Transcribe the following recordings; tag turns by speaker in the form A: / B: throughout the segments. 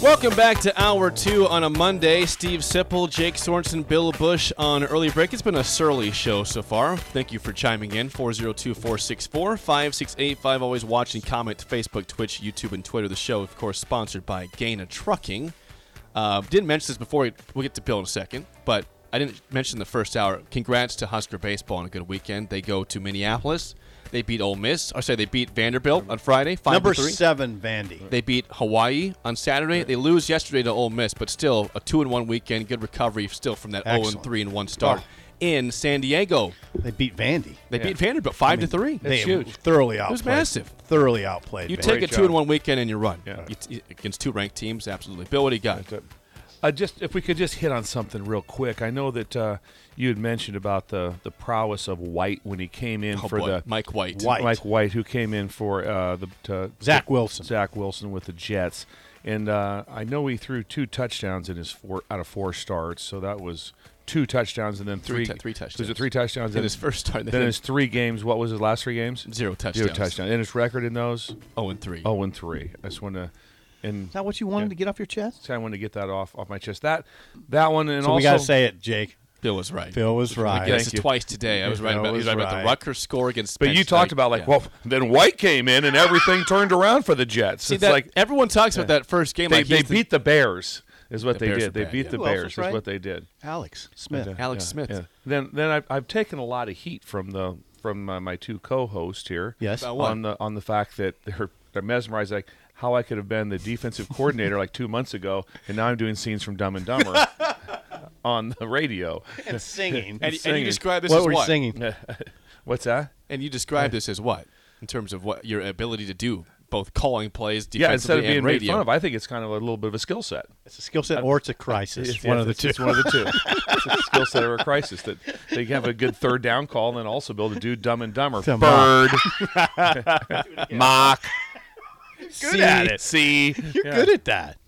A: Welcome back to hour two on a Monday. Steve Sipple, Jake Sorensen, Bill Bush on early break. It's been a surly show so far. Thank you for chiming in. 402 464 5685. Always watch and comment Facebook, Twitch, YouTube, and Twitter. The show, of course, sponsored by Gaina Trucking. Uh, didn't mention this before. We'll get to Bill in a second, but I didn't mention the first hour. Congrats to Husker baseball on a good weekend. They go to Minneapolis. They beat Ole Miss. Or sorry, they beat Vanderbilt on Friday. Five to
B: Number
A: three.
B: seven, Vandy.
A: They beat Hawaii on Saturday. They lose yesterday to Ole Miss, but still a two and one weekend. Good recovery still from that zero and
B: Excellent.
A: three and one start
B: Wow.
A: in San Diego.
B: They beat Vandy.
A: They beat Vanderbilt five to three.
B: They thoroughly outplayed.
A: was massive.
B: Thoroughly outplayed.
A: You
B: Vandy.
A: take a two and one weekend and you run
C: Yeah.
A: You t- against two ranked teams. Absolutely, Bill. What do you got?
C: But, Uh, just if we could just hit on something real quick. I know that uh, you had mentioned about the, the prowess of White when he came in
A: Oh,
C: for
A: boy.
C: the
A: Mike White.
B: White.
C: Mike White, who came in for uh, the to,
B: Zach Wilson.
C: Zach Wilson with the Jets, and uh, I know he threw two touchdowns in his four out of four starts, so that was two touchdowns and then
A: Three
C: three
A: tou- three touchdowns.
C: Was it three touchdowns
A: In his first start,
C: Then his three games. What was his last three games?
A: Zero
C: Zero
A: touchdowns.
C: touchdowns. And his record in those
A: zero and three.
C: oh and three. I just want to. And
B: Is that what you wanted
C: Yeah.
B: to get off your chest?
C: I wanted to get that off off my chest. That that one and
B: So
C: also
B: we got to say it, Jake.
A: Bill was right.
B: Bill was right.
A: Yes,
C: Thank
A: it's
C: you.
A: twice today. I was right
B: Bill
A: about. he was
B: was
A: right about the
B: right.
A: Rutgers score against.
C: But
A: Penn
C: you talked
A: State.
C: about like,
A: Yeah.
C: well, then White came in and everything turned around for the Jets.
A: See
C: it's
A: that,
C: like
A: everyone talks about that first game.
C: they,
A: like
C: they
A: he's the-
C: beat the Bears is what
A: The
C: they
A: Bears
C: did.
A: were
C: They
A: bad,
C: beat
A: yeah.
C: the
B: Who else
C: Bears
B: was
C: is
B: right?
C: what they did.
B: Alex Smith.
C: Yeah,
A: Alex
C: yeah,
A: Smith.
C: yeah. Then then I've, I've taken a lot of heat from the from uh, my two co-hosts here.
B: Yes. About
A: what?
C: On the on the fact that they're they're mesmerized like how I could have been the defensive coordinator like two months ago, and now I'm doing scenes from Dumb and Dumber on the radio.
B: And singing.
A: and, and you
C: singing.
A: describe this
B: what
A: as
B: were you
A: what?
B: singing?
C: What's that?
A: And you describe this as what in terms of what your ability to do both calling plays, defensively
C: Yeah, instead of being
A: and
C: made
A: radio.
C: fun of, I think it's kind of a little bit of a skill set.
B: It's a skill set or it's a crisis.
C: It's
B: one of the
C: it's,
B: two.
C: It's one of the two. it's a skill set or a crisis that they can have a good third down call and then also be able to do dumb and dumber.
B: Dumb
C: Bird, mock,
B: good at it.
C: see,
B: You're good at that.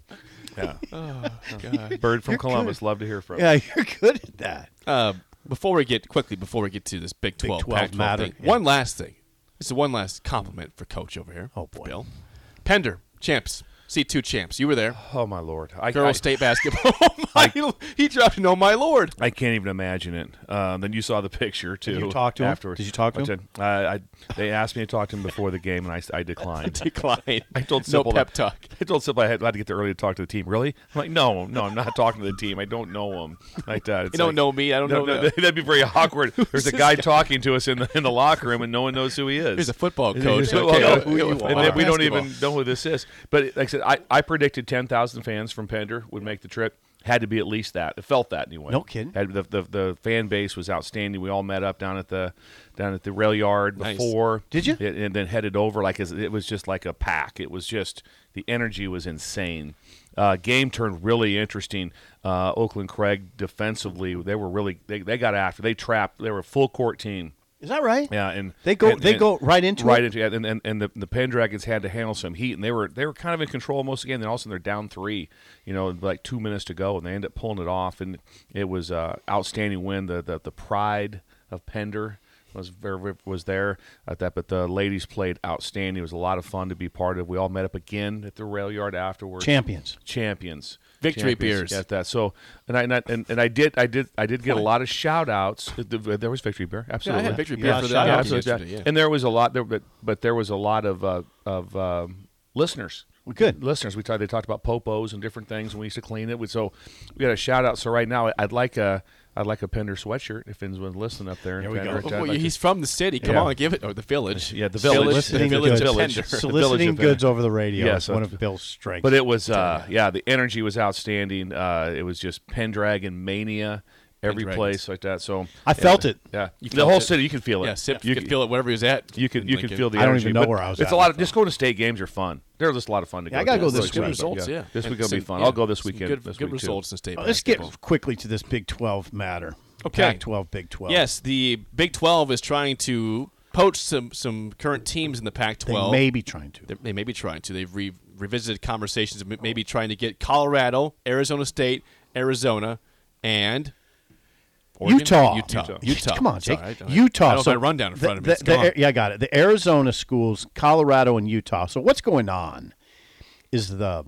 C: Bird from Columbus. Love to hear from. you.
B: Yeah, you're good at that.
A: uh, before we get quickly before we get to this Big Twelve,
B: 12
A: Pac-12
B: matter,
A: thing,
B: yeah.
A: one last thing. This is one last compliment for Coach over here.
B: Oh, boy.
A: Bill Pender champs. See two champs. You were there.
C: Oh my lord, I,
A: Girls
C: I,
A: state basketball. oh my, he dropped an oh my lord.
C: I can't even imagine it. Um, then you saw the picture too.
B: you talk to him?
C: afterwards.
B: Did you talk to
C: I
B: him?
C: did. I, I, they asked me to talk to him before the game, and I, I declined.
A: Decline.
C: I told
A: no
C: Simple
A: pep
C: that,
A: talk.
C: I told Simple I had, I had to get there early to talk to the team. Really? I'm like, no, no, I'm not talking to the team. I don't know them like that. It's
A: You don't
C: like-
A: know me. I don't
C: No,
A: know
C: no,
A: them.
C: that'd be very awkward. There's a
A: this
C: guy talking to us in the in the locker room, and no one knows who he is.
A: He's a football
C: He's
A: coach.
C: a football
A: Okay,
C: coach.
A: okay, okay,
C: and
A: wow.
C: then we don't
A: Basketball.
C: even know who this is. But like I said, I, I predicted ten thousand fans from Pender would make the trip. Had to be at least that. It felt that anyway.
B: No kidding.
C: Had, the, the the fan base was outstanding. We all met up down at the down at the rail yard
A: Nice.
C: before.
B: Did you?
C: And, and then headed over like as it was just like a pack. It was just the energy was insane. Uh, game turned really interesting. Uh, Oakland Craig defensively, they were really they, they got after. They trapped. They were a full court team.
B: Is that right?
C: Yeah, and
B: They go-
C: and-
B: they
C: and-
B: go right into
C: right
B: it?
C: into it, and and, and the, the Pendragons had to handle some heat, and they were they were kind of in control most of the game. Then all of a sudden they're down three, you know, like two minutes to go, and they end up pulling it off, and it was uh, outstanding win. The, the the pride of Pender was very was there at that, but the ladies played outstanding. It was a lot of fun to be part of. We all met up again at the rail yard afterwards
B: Champions.
C: champions
A: Victory
C: Champions
A: beers.
C: at that so and i and I, and, and I did i did i did get a lot of shout outs there was victory beer absolutely
A: victory
B: beer for the
C: yeah,
B: Dodgers
C: absolutely.
A: yesterday, yeah.
C: and there was a lot there but, but there was a lot of uh, of um, listeners
B: Well, good.
C: listeners we talked they talked about popos and different things and we used to clean it We- so we got a shout out so right now i'd like a i'd like a pender sweatshirt if anyone's listening up there
B: There we go.
C: Pender, I'd
A: Well,
C: like to-
A: he's from the city. Come
C: Yeah.
A: on, give it or the village.
C: Yeah, the village.
A: the
B: Soliciting
A: village,
B: goods.
A: of
C: Village.
A: Pender.
B: Soliciting
C: Village of
B: goods over the radio
C: Yeah,
B: is
C: so-
B: one of Bill's strengths.
C: But it was, uh, yeah, the energy was outstanding. Uh, it was just Pendragon mania. every
A: Pendragons.
C: place like that. So
B: I felt it.
C: Yeah,
A: You
C: the
A: felt
C: whole
A: it.
C: city, you can feel it.
A: Yeah, Sip
C: you
A: could feel it wherever he was at.
C: You can
A: in
C: you can
A: Lincoln.
C: feel the.
B: I don't
C: energy,
B: even know
C: but
B: where I was
C: It's
B: at
C: a lot
B: myself.
C: of just going to state games are fun. They're just a lot of fun to
B: Yeah, I
C: go.
B: gotta
C: to.
B: go
C: It's
B: this
C: really
B: weekend.
C: fun.
A: Results, yeah.
C: This
A: And
C: weekend will be
A: some-
C: fun.
A: yeah,
C: I'll go this
A: some
C: weekend.
A: Good,
C: this
A: good
C: week, too.
A: results in state.
B: Oh, Let's get
A: basketball.
B: quickly to this Big 12 matter.
A: Okay.
B: Pac 12, Big 12.
A: Yes, the Big 12 is trying to poach some some current teams in the Pac
B: They
A: 12.
B: may be trying to.
A: They're- they may be trying to. They've re- revisited conversations, m- maybe trying to get Colorado, Arizona State, Arizona, and Oregon?
B: Utah.
A: Utah. Utah.
B: Come on, Jake.
A: Sorry, I don't-
B: Utah.
A: I don't have
B: so
A: my rundown in
B: the-
A: front of me.
B: the-
A: It's gone.
B: the- yeah, I got it. The Arizona schools, Colorado and Utah. So what's going on is the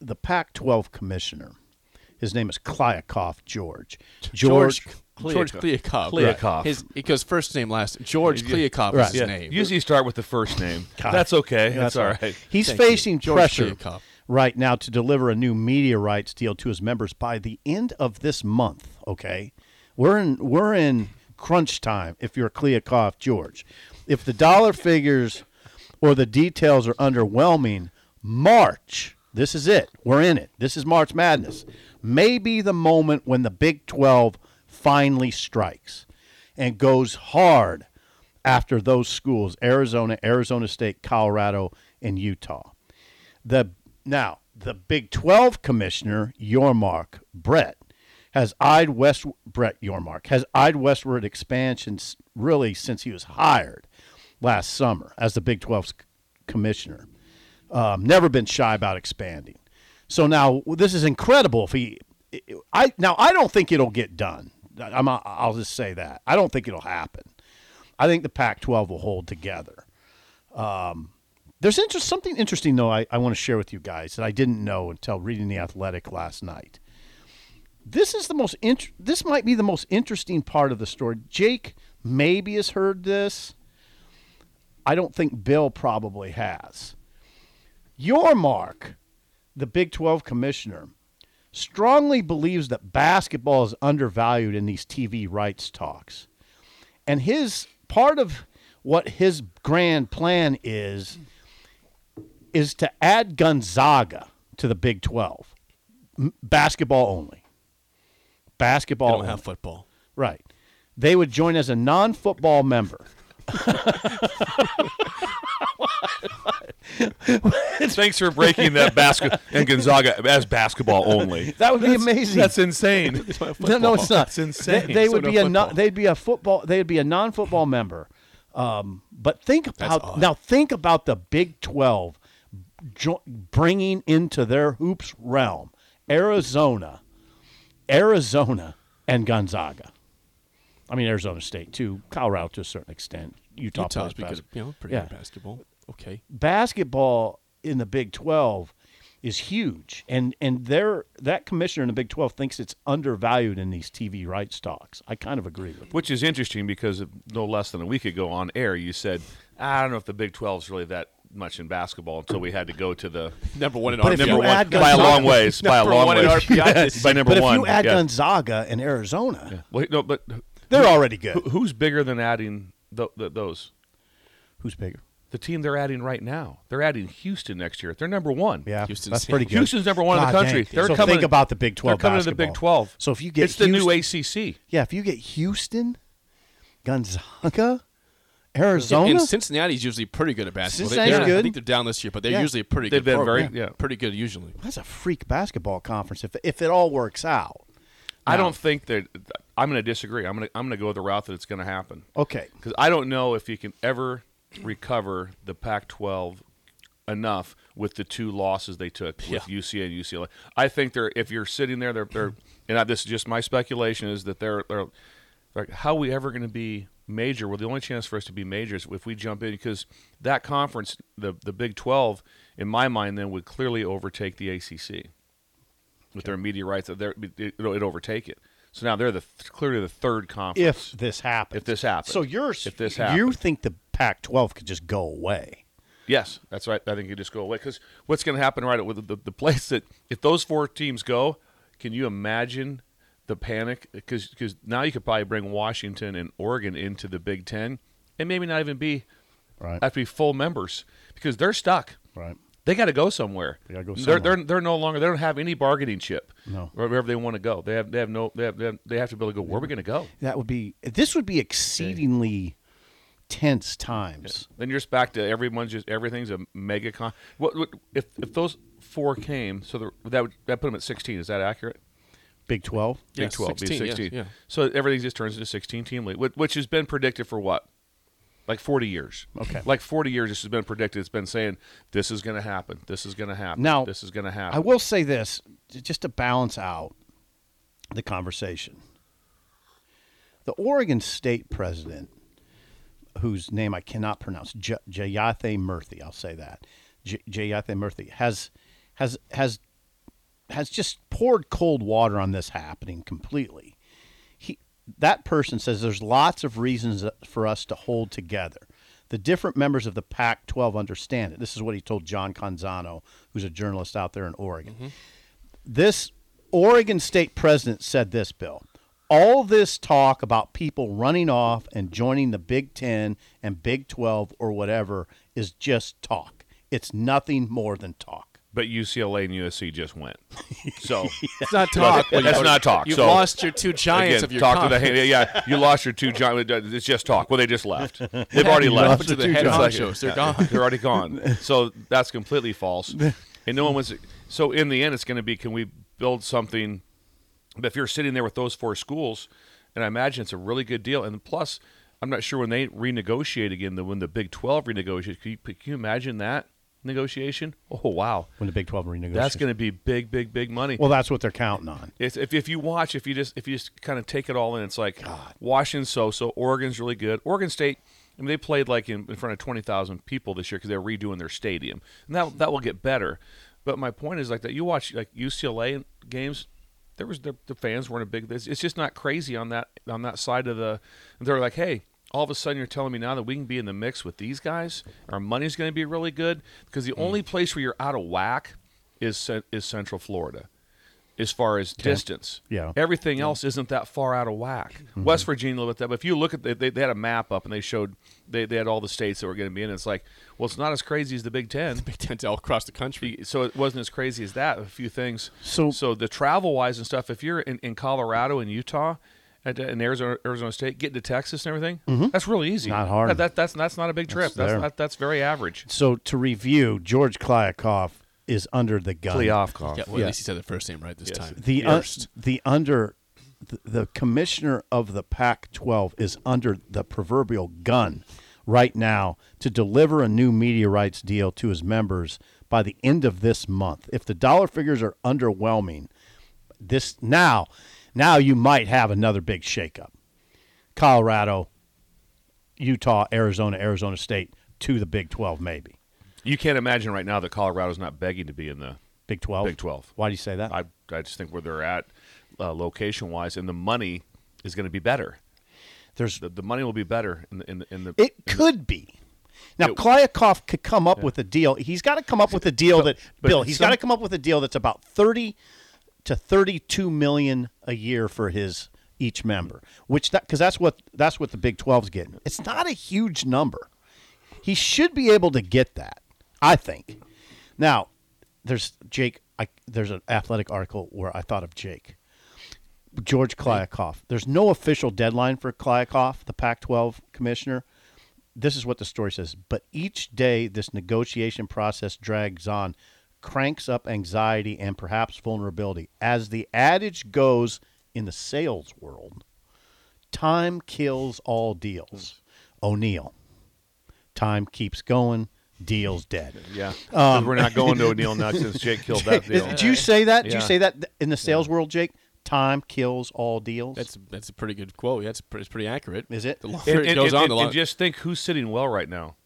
B: the Pac-12 commissioner. His name is Kliakoff George.
A: George
B: George.
A: George Kliakoff.
C: Kliakoff. Right.
A: His because first name last George Kliakoff is
B: Right.
A: his
C: Yeah.
A: name.
C: Usually you start with the first name.
B: God.
C: That's okay. That's, all right.
B: He's
A: Thank you.
B: facing
A: George
B: pressure
A: Kliakoff.
B: right now to deliver a new media rights deal to his members by the end of this month. Okay, we're in we're in crunch time. If you're Kliakoff George, if the dollar figures or the details are underwhelming, March. This is it. We're in it. This is March Madness. May be the moment when the Big 12 finally strikes and goes hard after those schools Arizona, Arizona State, Colorado, and Utah. The now the Big Twelve commissioner Yormark Brett has eyed West Brett Yormark has eyed westward expansion s- really since he was hired last summer as the Big 12's c- commissioner. Um, never been shy about expanding. So now this is incredible. If he, I now I don't think it'll get done. I'm, I'll just say that I don't think it'll happen. I think the Pac-12 will hold together. There's inter- something interesting, though, I, I want to share with you guys that I didn't know until reading The Athletic last night. This is the most int- this might be the most interesting part of the story. Jake maybe has heard this. I don't think Bill probably has. Your mark, the Big 12 commissioner, strongly believes that basketball is undervalued in these TV rights talks. And his part of what his grand plan is is to add Gonzaga to the Big 12. M- basketball only.
A: They
B: Basketball
A: don't have
B: only.
A: football.
B: right. They would join as a non-football member.
C: Thanks for breaking that basket and Gonzaga as basketball only.
B: That would be amazing.
C: That's insane.
B: No, no, it's not.
C: It's insane.
B: They, they
A: So
B: would
A: no
B: be a
A: football.
B: non, they'd be a football they'd be a non-football member. Um, but think about
A: odd.
B: now. Think about the Big Twelve jo- bringing into their hoops realm Arizona, Arizona, and Gonzaga. I mean Arizona State too, Colorado to a certain extent, Utah,
A: Utah's
B: plays
A: because
B: basketball.
A: you know pretty
B: Yeah.
A: good basketball. Okay.
B: basketball in the Big 12 is huge and and their that commissioner in the Big 12 thinks it's undervalued in these TV rights talks. I kind of agree with. Him.
C: Which is interesting because no less than a week ago on air, you said, I don't know if the Big 12's really that much in basketball until we had to go to the
A: Number one in
B: But if
A: RPI.
C: number
B: you
C: one
B: add
C: by a
B: Gonzaga-
C: long ways. By a
A: Number
C: long
A: one in
C: ways.
A: RPI this
C: by number
B: but
C: one.
B: if you add
C: yeah.
B: Gonzaga and Arizona,
C: Wait, no, but
B: they're already good.
C: who, who's bigger than adding th- th- those?
B: Who's bigger?
C: The team they're adding right now. They're adding Houston next year. They're number one.
B: Yeah,
A: Houston's-
B: that's pretty good.
C: Houston's number one in the
B: God
C: country.
B: dang.
C: They're
B: so
C: coming-
B: think about the Big 12
C: They're coming to the Big
B: basketball.
C: 12.
B: So if you get
C: it's the new
B: Houston-
C: ACC.
B: Yeah, if you get Houston, Gonzaga, Arizona,
A: And- And Cincinnati's usually pretty good at basketball. They-
B: Cincinnati's
A: they're- I
B: good.
A: think they're down this year, but they're
B: Yeah.
A: usually a pretty
C: They've
A: good.
C: been
A: program.
C: very- yeah.
A: pretty good usually.
B: that's a freak basketball conference if if it all works out.
C: I don't think that I'm going to disagree. I'm going to I'm going to go the route that it's going to happen
B: Okay.
C: because I don't know if you can ever recover the Pac-12 enough with the two losses they took with
A: Yeah.
C: UCA and UCLA. I think they're if you're sitting there, they're, they're and I, this is just my speculation is that they're, they're like, how are we ever going to be major? Well, the only chance for us to be major is if we jump in because that conference, the the Big 12, in my mind, then would clearly overtake the ACC with their media rights. That they're- it, it'll, it'll overtake it. So now they're the th- clearly the third
B: if
C: conference.
B: this happens.
C: If this happens.
B: So you're
C: If this
B: you
C: happens.
B: think the Pac-12 could just go away?
C: Yes, that's right. I think you just go away because what's going to happen right with the, the place that if those four teams go, can you imagine the panic? Because now you could probably bring Washington and Oregon into the Big Ten, and maybe not even be
B: Right.
C: have to be full members because they're stuck.
B: Right.
C: They got to go somewhere.
B: They gotta go
C: They're,
B: somewhere.
C: they're, they're no longer. They don't have any bargaining chip.
B: No.
C: wherever they want to go. They have they have no they have, they have, they have to be able to go. Where are we going to go?
B: That would be this would be exceedingly tense times.
C: Then you're just back to everyone's just everything's a mega con. What, what if if those four came? So the, that would that put them at 16. Is that accurate?
B: Big Twelve.
C: Big
A: Yeah,
C: 12 be
A: 16, yeah,
C: 16.
A: yeah.
C: So everything just turns into 16 team league, which, which has been predicted for what? Like 40 years.
B: Okay.
C: Like 40 years, this has been predicted. It's been saying, this is going to happen. This is going to happen.
B: Now
C: this is going to
B: I
C: happen.
B: will say this, j- just to balance out the conversation. The Oregon State president, whose name I cannot pronounce, J- Jayathe Murthy, I'll say that, J- Jayathe Murthy has has has has just poured cold water on this happening completely. He that person says there's lots of reasons for us to hold together. The different members of the Pac-12 understand it. This is what he told John Canzano, who's a journalist out there in Oregon. This Oregon State president said this, Bill. All this talk about people running off and joining the Big 10 and Big 12 or whatever is just talk. It's nothing more than talk.
C: but UCLA and USC just went. So
A: It's not talk. but
C: That's
A: you-
C: not talk,
A: You've
C: so-
A: lost your two giants
C: again,
A: of your
C: talk to the
A: conference.
C: hand. Yeah, you lost your two giants. It's just talk. Well, they just left. They've already
B: You
C: left.
B: lost your
C: But
B: two
C: head- it's like-
A: honchos. They're
C: yeah,
A: gone.
C: They're already gone. So that's completely false. And no one was. So in the end, it's going to be: Can we build something? But if you're sitting there with those four schools, and I imagine it's a really good deal. And plus, I'm not sure when they renegotiate again. The when the Big Twelve renegotiates, can you, can you imagine that negotiation? Oh wow,
B: When the Big 12 renegotiates.
C: that's going to be big, big, big money.
B: Well, that's what they're counting on.
C: It's, if if you watch, if you just if you just kind of take it all in, it's like Washington's so so. Oregon's really good. Oregon State. I mean, they played like in, in front of twenty thousand people this year because they're redoing their stadium, and that that will get better. But my point is like that. You watch like UCLA games. There was the, the fans weren't a big. It's, it's just not crazy on that on that side of the. They're like, hey, all of a sudden you're telling me now that we can be in the mix with these guys. Our money's going to be really good because the only place where you're out of whack is cen- is Central Florida as far as distance.
B: Yeah. Mm-hmm.
C: Everything else isn't that far out of whack. West Virginia, looked at that. But if you look at, the, they, they had a map up and they showed they, they had all the states that were going to be in. it. It's like, well, it's not as crazy as the Big Ten.
A: Big Ten to all across the country.
C: So it wasn't as crazy as that. A few things.
B: So-
C: so the travel wise and stuff. If you're in, in Colorado and Utah. And and Arizona, Arizona State, getting to Texas and everything, that's really easy.
B: Mm-hmm. Not hard.
C: That, that- that's, that's not a big trip.
B: That's
C: That's,
B: there.
C: that, that's very average.
B: So to review, George Klyakoff is under the gun.
C: Playoff
A: Yeah, well, at least he said the first name right this time.
B: The un- the under the, the commissioner of the Pac-12 is under the proverbial gun right now to deliver a new media rights deal to his members by the end of this month. If the dollar figures are underwhelming, this now now you might have another big shakeup. Colorado, Utah, Arizona, Arizona State to the Big 12 maybe.
C: You can't imagine right now that Colorado's not begging to be in the
B: Big 12.
C: Big 12.
B: Why do you say that?
C: I, I just think where they're at uh, location wise and the money is going to be better.
B: There's
C: The, the money will be better in the in the, in the
B: It could be. Now,
C: It-
B: Klyakoff could come up with a deal. He's got to come up with a deal that
C: but
B: Bill. He's
C: some-
B: got to come up with a deal that's about thirty to thirty-two million a year for his each member, which that because that's what that's what the Big 12's getting. It's not a huge number. He should be able to get that, I think. Now, there's Jake. I, there's an athletic article where I thought of Jake. George Klyakoff. There's no official deadline for Klyakoff, the Pac 12 commissioner. This is what the story says. But each day this negotiation process drags on, cranks up anxiety and perhaps vulnerability. As the adage goes in the sales world, time kills all deals. O'Neill. Time keeps going, deals dead.
C: yeah. 'Cause we're not going to O'Neill now since Jake killed that deal.
B: Did you say that? Did you
C: Yeah.
B: say that in the sales world, Jake? Time kills all deals.
A: That's that's a pretty good quote. Yeah, it's, pre- it's pretty accurate.
B: Is it?
A: The longer
C: and,
A: it
C: and-
A: goes
C: and-
A: on,
C: and-
A: the
C: and
A: longer.
C: just think who's sitting well right now.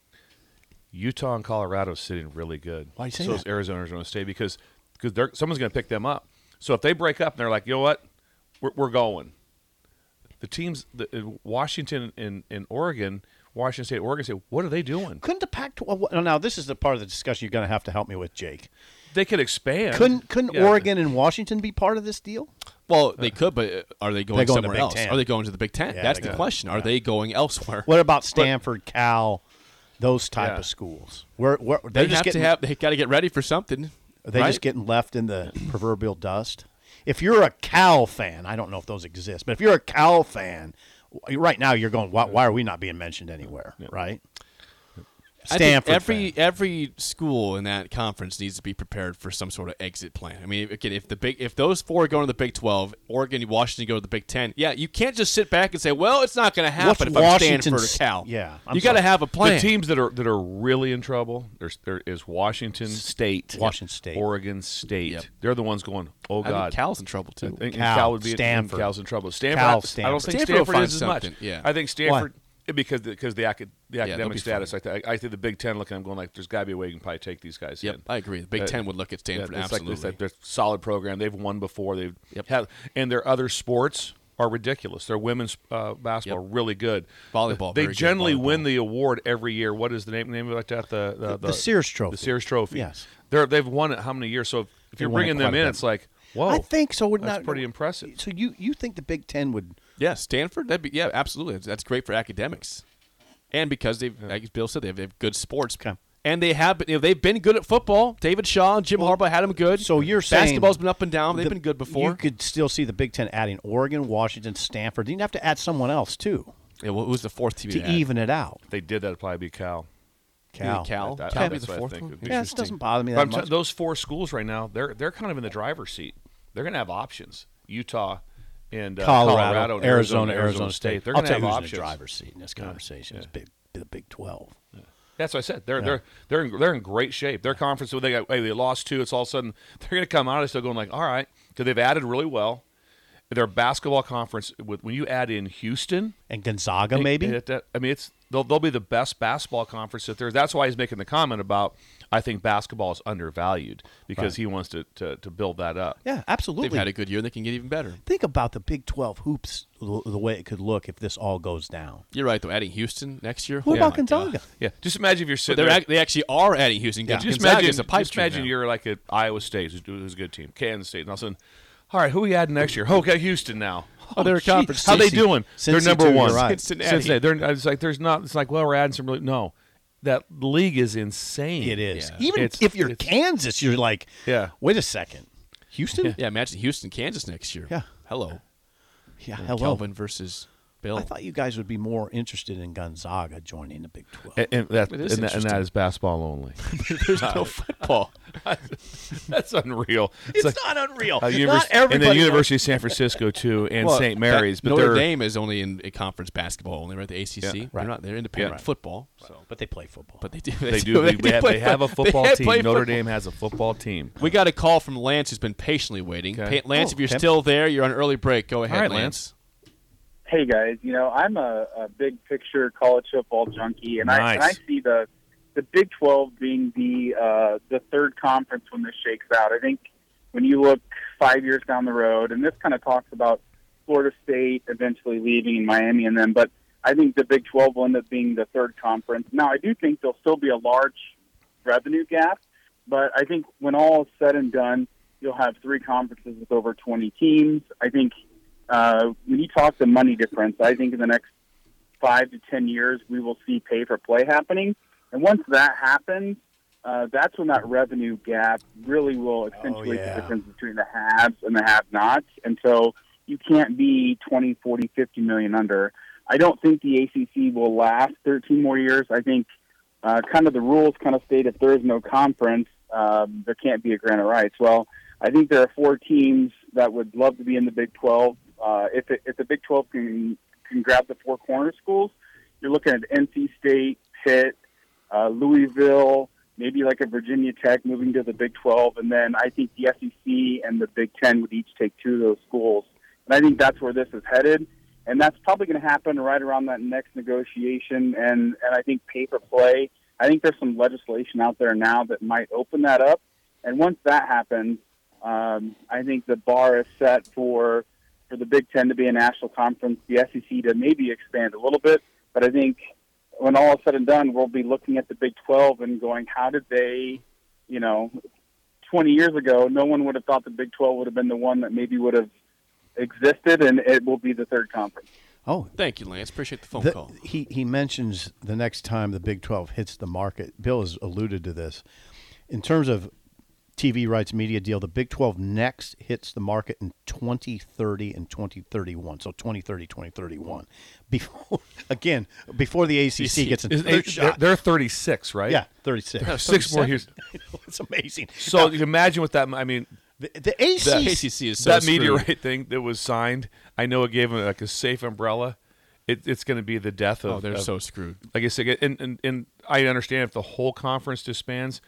C: Utah and Colorado sitting really good.
B: Why you say
C: so is
B: that?
C: Arizona going to stay because because they're someone's going to pick them up. So if they break up and they're like, you know what, we're, we're going. The teams, the, in Washington and, and Oregon, Washington State, Oregon State, what are they doing?
B: Couldn't the Pac-12? Well, now this is the part of the discussion you're going to have to help me with, Jake.
C: They could expand.
B: Couldn't couldn't
C: Yeah.
B: Oregon and Washington be part of this deal?
A: well, they could, but uh, are they going
B: They're going to
A: somewhere
B: Big
A: else?
B: Ten.
A: Are they going to the Big Ten?
B: Yeah,
A: that's
B: they
A: the
B: go.
A: question. Are they going elsewhere?
B: What about Stanford, Cal, those type
C: Yeah.
B: of schools? Where, where
A: they
B: they're just
A: have
B: getting
A: to have. They got to get ready for something.
B: are they
A: right?
B: just getting left in the proverbial dust? if you're a Cal fan, I don't know if those exist, but if you're a Cal fan, w- right now you're going, why, why are we not being mentioned anywhere, right?
A: I think
B: Stanford.
A: every
B: fan.
A: every school in that conference needs to be prepared for some sort of exit plan. I mean, again, if the big if those four go to the Big Twelve, Oregon, Washington go to the Big Ten. Yeah, you can't just sit back and say, "Well, it's not going to happen
B: What's
A: if I'm
B: Washington
A: Stanford or
B: s-
A: Cal."
B: yeah, I'm
A: you got to
B: sorry.
A: have a plan.
C: The teams that are that are really in trouble there's, there is Washington State,
B: Washington State.
C: Oregon State.
A: Yep.
C: They're the ones going. Oh
A: I think
C: God,
A: Cal's in trouble too.
C: I think
B: Cal,
C: would be
B: Stanford.
C: Cal's in trouble. Stanford.
B: Cal,
C: I don't
B: Stanford.
C: think
A: Stanford will
C: Stanford,
A: find
C: is as much.
A: something, yeah.
C: I think Stanford eh, because the, because the, acad- the
A: they'll
C: academic
A: be
C: status. I, th- I think the Big Ten looking. I'm going like there's got to be a way you can probably take these guys.
A: Yep,
C: in.
A: I agree. The Big
C: Uh,
A: Ten would look at Stanford
C: it's like-
A: absolutely.
C: it's like they're a solid program. They've won before. They've
A: Yep.
C: have, and their other sports are ridiculous. Their women's uh, basketball
A: Yep.
C: really good.
A: Volleyball,
C: They
A: very good
C: generally
A: volleyball.
C: win the award every year. What is the name name of it? That the the,
B: the Sears Trophy.
C: The Sears Trophy.
B: Yes.
C: They're, they've won it how many years? So if, if
B: They
C: you're
B: won it
C: bringing them
B: quite a
C: in,
B: bit.
C: it's like whoa.
B: I think so. Would
C: That's
B: not-
C: pretty impressive.
B: So you you think the Big Ten would?
A: yeah, Stanford. That'd be yeah, absolutely. That's- That's great for academics, and because they've, like Bill said, they have, they have good sports.
B: Okay.
A: And they have, you know, they've been good at football. David Shaw, Jim Harbaugh had them good.
B: So you're saying
A: basketball's been up and down. They've
B: the-
A: been good before.
B: You could still see the Big Ten adding Oregon, Washington, Stanford. Then You'd have to add someone else too
A: Yeah, well, who's the fourth team?
B: to
A: they had?
B: even it out.
C: If they did that. It'd probably be Cal.
B: Cal,
A: Cal.
C: That-
A: Cal
C: that-
A: be
C: that's
A: the
C: what I
A: fourth
C: think
A: one?
C: would be
B: Yeah, this
C: interesting.
B: doesn't bother me
C: But
B: that
C: I'm t-
B: much.
C: those four schools right now, they're they're kind of in the driver's seat. They're going to have options. Utah and uh,
B: Colorado,
C: and
B: Arizona, Arizona, State.
C: They're
B: I'll
C: going
B: tell
C: to have
B: you who's
C: options.
B: in the driver's seat in this conversation. It's big, the Big Twelve.
C: That's what I said. They're they're they're in, they're in great shape. Their conference, when they got hey, they lost two, it's all of a sudden they're going to come out. They're still going like, all right, because they've added really well. Their basketball conference, with when you add in Houston,
B: And
A: Oh,
B: Gonzaga, maybe.
C: it- it- I mean, it's they'll they'll be the best basketball conference that there. That's why he's making the comment about I think basketball is undervalued because he wants to, to to build that up.
B: yeah,
A: They've
B: absolutely.
A: had a good year. They can get even better.
B: Think about the Big Twelve hoops, l- the way it could look if this all goes down.
A: You're right, though. Adding Houston next year.
B: What
A: Oh
B: about
A: my
B: Gonzaga?
A: God.
C: Yeah, just imagine if you're
A: But
C: sitting
A: they're
C: there.
A: ac- they actually are adding Houston.
C: Yeah,
A: Gonzaga
C: just imagine,
A: is a pipe
C: just
A: dream
C: imagine
A: now.
C: you're like at Iowa State, who's, who's a good team, Kansas State, and all of a sudden, all right, who we add next year? Oh, okay, Houston now.
A: Oh, they're a
C: geez.
A: conference.
C: How they
B: Cincy-
C: doing?
B: Cincy
C: they're number
B: too, you're
C: one.
B: right.
A: Cincinnati.
C: Cincinnati. They're, it's like there's not. It's like well, we're adding some. Really, no, that league is insane.
B: It is.
A: Yeah.
B: Even
C: It's-
B: if you're
C: it's-
B: Kansas, you're like,
C: Yeah.
B: Wait a second, Houston.
A: Yeah, imagine Houston, Kansas next year.
B: Yeah.
A: Hello.
B: Yeah, hello.
A: Kelvin versus Bill.
B: I thought you guys would be more interested in Gonzaga joining the Big Twelve.
C: And, and that,
A: It is
C: and, that, and
A: interesting.
C: that is basketball only.
A: There's no football.
C: That's unreal.
B: it's
C: like,
B: not unreal.
C: uh,
B: not
C: univers- and
B: everybody.
C: then University of San Francisco too, and
A: Well,
C: St. Mary's.
A: that-
C: But
A: Notre
C: they're
A: Dame is only in a conference basketball only, right? The ACC. They're
B: right.
A: not. They're independent
C: Yeah.
A: football,
B: wants- but they play football.
A: but they do.
C: they do. They, have,
A: play
C: they have a
A: fo-
C: football
A: they
C: team.
A: play
C: Notre
A: football.
C: Dame has a football team.
A: We got a call from Lance, who's been patiently waiting.
C: Okay.
A: Pa- Lance,
B: Oh,
A: if you're
B: okay.
A: still there, you're on early break. Go ahead,
C: right,
A: Lance.
D: hey guys, you know, I'm a, a big picture college football junkie, and I and I
C: Nice.
D: see the the Big Twelve being the uh, the third conference when this shakes out. I think when you look five years down the road, and this kind of talks about Florida State eventually leaving and Miami and them, but I think the Big Twelve will end up being the third conference. Now, I do think there'll still be a large revenue gap, but I think when all is said and done, you'll have three conferences with over 20 teams. I think uh, when you talk the money difference, I think in the next five to ten years we will see pay for play happening, and once that happens, uh, that's when that revenue gap really will accentuate
B: yeah.
D: the difference between the haves and the have-nots, and so you can't be 20, 40, 50 million under. I don't think the ACC will last 13 more years. I think uh, kind of the rules kind of state if there is no conference, um, there can't be a grant of rights. Well, I think there are four teams that would love to be in the Big 12. Uh, if, it, if the Big 12 can, can grab the four corner schools, you're looking at NC State, Pitt, uh, Louisville, maybe like a Virginia Tech moving to the Big 12. And then I think the SEC and the Big 10 would each take two of those schools. And I think that's where this is headed. And that's probably going to happen right around that next negotiation. And, and I think pay for play, I think there's some legislation out there now that might open that up. And once that happens, um, I think the bar is set for for the Big Ten to be a national conference, the SEC to maybe expand a little bit. But I think when all is said and done, we'll be looking at the Big Twelve and going, how did they, you know, 20 years ago, no one would have thought the Big Twelve would have been the one that maybe would have existed, and it will be the third conference.
B: oh,
A: Thank you, Lance. Appreciate the phone
B: the-
A: call.
B: he he mentions the next time the Big Twelve hits the market. Bill has alluded to this in terms of TV rights media deal, the Big 12 next hits the market in 2030 and 2031. So 2030, 2031. Before, again, before the ACC gets
C: Is-
B: another
C: They're, they're,
B: shot.
C: they're 36, right?
B: yeah, 36.
C: Six more years.
B: it's amazing.
C: So you can imagine what that. I mean,
B: The, the ACC,
A: ACC is so
C: that
A: screwed.
C: meteorite thing that was signed. I know it gave him like a safe umbrella. It, it's going to be the death of.
A: Oh, they're
C: of-
A: so screwed.
C: Like I said, and, and and I understand if the whole conference disbands,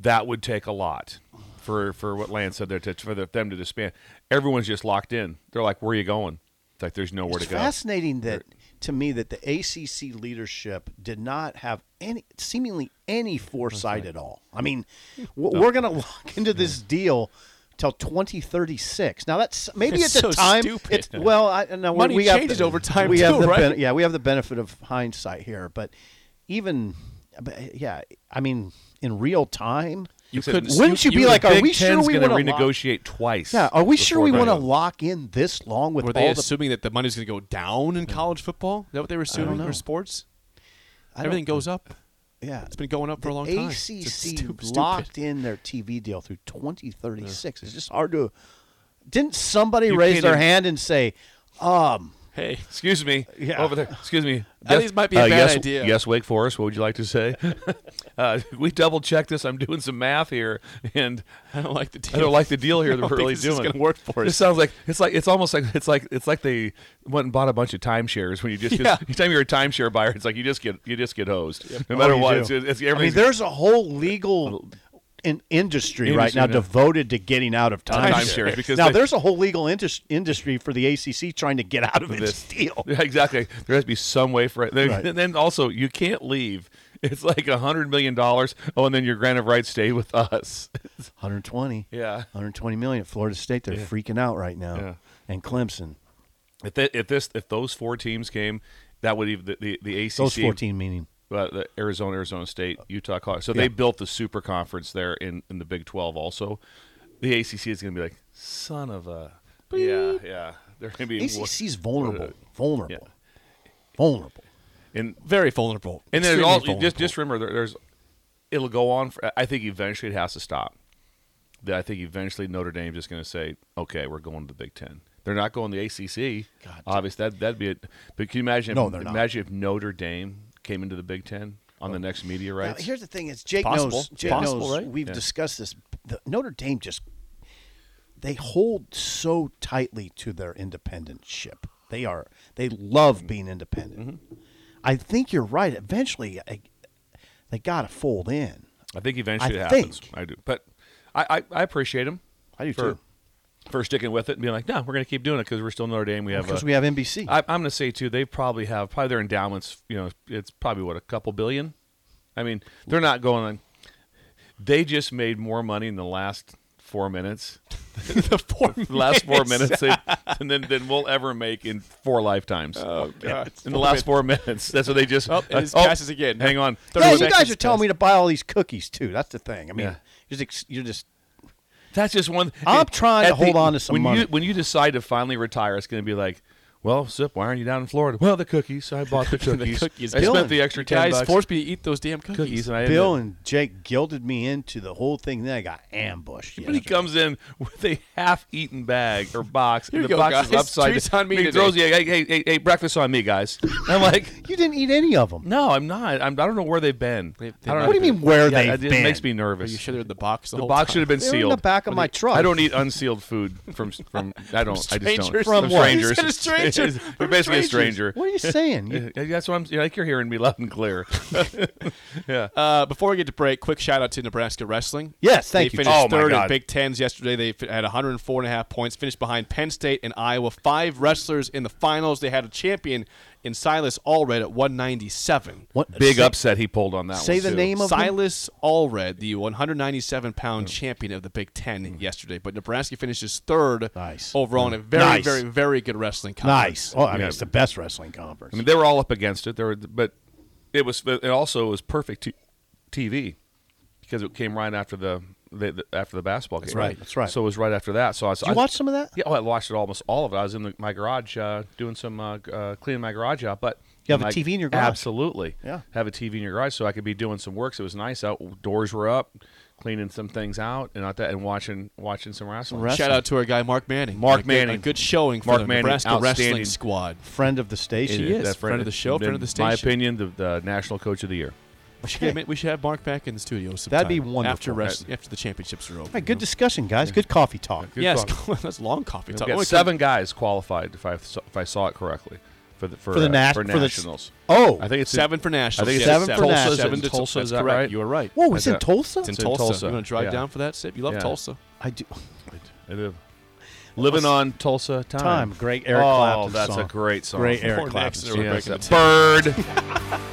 C: that would take a lot for for what Lance said there to for them to disband. Everyone's just locked in. They're like, where are you going? It's like there's nowhere
B: it's
C: to go.
B: fascinating that to me that the ACC leadership did not have any seemingly any foresight at all. I mean, w we're going to lock into this deal till 2036. Now that's maybe
A: It's
B: at
A: so
B: the time
A: stupid.
B: it's well, I no, we-
A: Money
B: we have
A: changes
B: the-
A: over time
B: We
A: too,
B: have the
A: right?
B: ben- yeah, we have the benefit of hindsight here, but even but yeah, I mean in real time
C: You
A: couldn't-
B: wouldn't you be
C: the
B: like, are
C: Big
B: we sure
C: Ten's
B: we
C: gonna
B: wanna lock-
C: renegotiate twice?
B: yeah, are we sure
C: before
B: we
C: that
B: want to
C: goes?
B: lock in this long with
A: Were they
B: all the
A: assuming that the money's going to go down in college football? Is that what they were assuming for sports?
B: don't
A: Everything goes up.
B: yeah,
A: It's been going up for a long
B: the
A: time.
B: ACC
A: It's just stu- stupid.
B: locked in their TV deal through 2036. It's just hard to. Didn't somebody raise
C: can't
B: their
C: even-
B: hand and say, um,
A: Hey,
C: Excuse me.
B: Yeah.
C: Over there. Excuse me.
A: I think this might be a bad
C: yes,
A: idea.
C: Yes, Wake Forest. What would you like to say? uh, we double checked this. I'm doing some math here, and
A: I don't like the team.
C: I don't like the deal here that
A: don't
C: we're
A: think
C: really
A: this is
C: doing.
A: gonna work for
C: This
A: us.
C: sounds like it's like it's almost like it's like it's like they went and bought a bunch of timeshares. When you just 'cause
A: Yeah.
C: anytime you're a timeshare buyer, it's like you just get you just get hosed no
B: Oh,
C: matter
B: you
C: what.
B: do.
C: It's,
B: I
C: it's
B: mean,
C: everything's-
B: there's a whole legal in, industry, right
C: Industry,
B: now
C: yeah.
B: devoted to getting out of timeshares.
C: Timeshares, because
B: now
C: they-
B: there's a whole legal indus- industry for the ACC trying to get out of its
C: this
B: deal.
C: Yeah, exactly. There has to be some way for it. Then-
B: Right.
C: And then also, you can't leave. It's like a hundred million dollars. Oh, and then your grant of rights stay with us.
B: 120,
C: Yeah.
B: 120 million at Florida State. They're freaking out right now,
C: Yeah.
B: and Clemson.
C: If, they, if this if those four teams came, that would even the the, the ACC,
B: Those 14 meaning.
C: uh, the Arizona, Arizona State, Utah, Colorado. So
B: Yeah.
C: they built the super conference there in in the Big Twelve. Also, the ACC is going to be like son of a yeah yeah. They're going to be
B: ACC's vulnerable, vulnerable, vulnerable.
C: and
A: Very vulnerable.
C: and then all
A: Extremely
C: just
A: vulnerable.
C: just remember there, there's it'll go on. For, I think eventually it has to stop. That I think eventually Notre Dame's just going to say, okay, we're going to the Big Ten. They're not going to the ACC.
B: God.
C: Obviously, that that'd be it. But can you imagine?
B: No,
C: if,
B: they're not. Oh.
C: imagine if Notre Dame came into the Big Ten on the next
B: Now,
C: meteorite.
B: here's the thing: is Jake
C: possible.
B: knows. Jake
C: Possible,
B: knows.
C: right?
B: We've
C: Yeah.
B: discussed this. The, Notre Dame just they hold so tightly to their independent ship. They are. They
C: Mm-hmm.
B: love being independent. I think you're right. Eventually, I, they got to fold in.
C: I think eventually
B: I
C: it happens.
B: think.
C: I do, but I, I, I appreciate him.
B: I do,
C: for,
B: too.
C: For sticking with it and being like, no, we're going to keep doing it because we're still Notre Dame. We have
B: Because
C: a,
B: we have NBC.
C: I, I'm going to say too, they probably have probably their endowments. You know, it's probably what a couple billion. I mean, they're not going. on. They just made more money in the last four minutes.
A: the four
C: The last four minutes, they, and then than we'll ever make in four lifetimes. Oh
A: God.
C: In the last four minutes, that's what they just.
A: Oh, and it passes again.
C: Hang on.
B: yeah,
A: 30
B: you guys
A: seconds
B: are telling me to buy all these cookies too. That's the thing. I mean,
C: Yeah.
B: you're just you're just
C: That's just one.
B: I'm
C: it-
B: trying to
C: at
B: hold on to some
C: when
B: money.
C: You, when you decide to finally retire, it's going to be like, well, Sip, why aren't you down in Florida? Well, the cookies. So I bought the cookies.
A: cookies.
C: I
B: Dylan,
C: spent the extra
A: You
C: ten
A: guys
C: bucks.
A: forced me to eat those damn cookies.
C: cookies, and I ended
B: Bill
C: up-
B: and Jake gilded me into the whole thing. Then I got ambushed.
C: But he
B: yesterday.
C: comes in with a half-eaten bag or box,
A: Here
C: and the
A: you go,
C: box is
A: guys.
C: upside.
A: Treats on me
C: he
A: today.
C: throws the egg, hey, hey, hey, hey, breakfast on me, guys. I'm like,
B: You didn't eat any of them.
C: no, I'm not. I'm, I don't know where they've been.
A: They- they
C: I don't
A: might
C: know.
A: What do you
B: mean where
C: Yeah,
B: they've
C: it,
B: been?
C: It makes me
A: Are
C: nervous.
A: you sure they're in the box? The,
C: the
A: whole
C: box
A: time?
C: should have been
B: They were in
C: sealed.
B: the back of my truck.
C: I don't eat unsealed food from from. I don't. I just don't.
A: strangers. From what?
C: strangers.
A: He said a stranger.
C: It's-
A: From
C: We're basically a
A: strangers.
C: stranger.
B: What are you saying? You-
C: Yeah, that's what I'm. you like you're hearing me loud and clear.
A: Uh, before we get to break, quick shout out to Nebraska wrestling.
B: Yes, thank
A: they
B: you.
A: Finished
C: Oh, my
A: third in
C: God.
A: Big Tens yesterday. They fi- had 104 and a half points. Finished behind Penn State and Iowa. Five wrestlers in the finals. They had a champion in Silas Allred at 197.
B: What-
C: Big
B: say-
C: upset he pulled on that.
B: Say
C: one,
B: the
C: too.
B: name of him?
A: Silas Allred, the 197 pound champion of the Big Ten yesterday, but Nebraska finishes third
B: Mm. Nice.
A: overall in a very,
B: Nice.
A: very, very good wrestling conference.
B: Nice. Oh, I mean,
C: Yeah.
B: it's the best wrestling conference.
C: I mean, they were all up against it. There, were, but it was. It also was perfect t- TV because it came right after the, the, the after the basketball game.
B: right, that's right.
C: So it was right after that. So I was.
B: Did you
C: I-
B: watch some of that?
C: Yeah, oh, I watched it almost all of it. I was in the, my garage uh, doing some uh, g- uh, cleaning my garage out. But
B: You have a
C: my-
B: TV in your garage?
C: Absolutely.
B: Yeah.
C: Have a TV in your garage, so I could be doing some work. So it was nice out. Doors were up. cleaning some things out and out that, and watching watching some wrestling.
B: Wrestling.
A: Shout out to our guy Mark Manning.
C: Mark
A: A good-
C: Manning.
A: a good showing for
C: Mark
A: the
C: Manning,
A: Nebraska wrestling
C: outstanding.
A: squad.
B: Friend of the station.
A: He is.
C: That
A: Friend of the show, friend of the
C: In my
A: station.
C: opinion, the, the national coach of the year.
A: We should, get- we should have Mark back in the studio sometime.
B: That'd be wonderful.
A: After, rest, after the championships are over.
B: All right, good discussion, guys. Good coffee talk.
C: Good
A: yes,
C: talk.
A: that's long coffee talk.
C: We've
A: Only
C: got seven guys qualified, if I saw, if I saw it correctly, for the for,
B: For the
C: uh,
B: nas-
C: for
B: for the-
C: nationals.
B: Oh,
C: I think it's in-
A: Seven for nationals.
C: I think it's
B: Seven
C: in
B: for
C: Tulsa.
B: nationals.
C: Is it
A: Seven
C: in
A: to
C: Tulsa.
A: That's
C: Is that
A: correct.
C: right?
A: You were right.
B: whoa, it's
C: I
B: in
C: thought-
B: Tulsa.
A: It's in
C: It's in
A: Tulsa.
C: Tulsa.
A: You want to drive
C: Yeah.
A: down for that, Sip? You love
C: Yeah.
A: Tulsa.
B: I do.
C: I do. Living on Tulsa time.
B: Time, great Eric
C: oh,
B: Clapton
C: that's
B: song.
C: a great song.
B: Great Eric
A: Poor
B: Clapton's
A: Nixon over
C: Yes,
A: breaking
C: that
A: the
C: bird.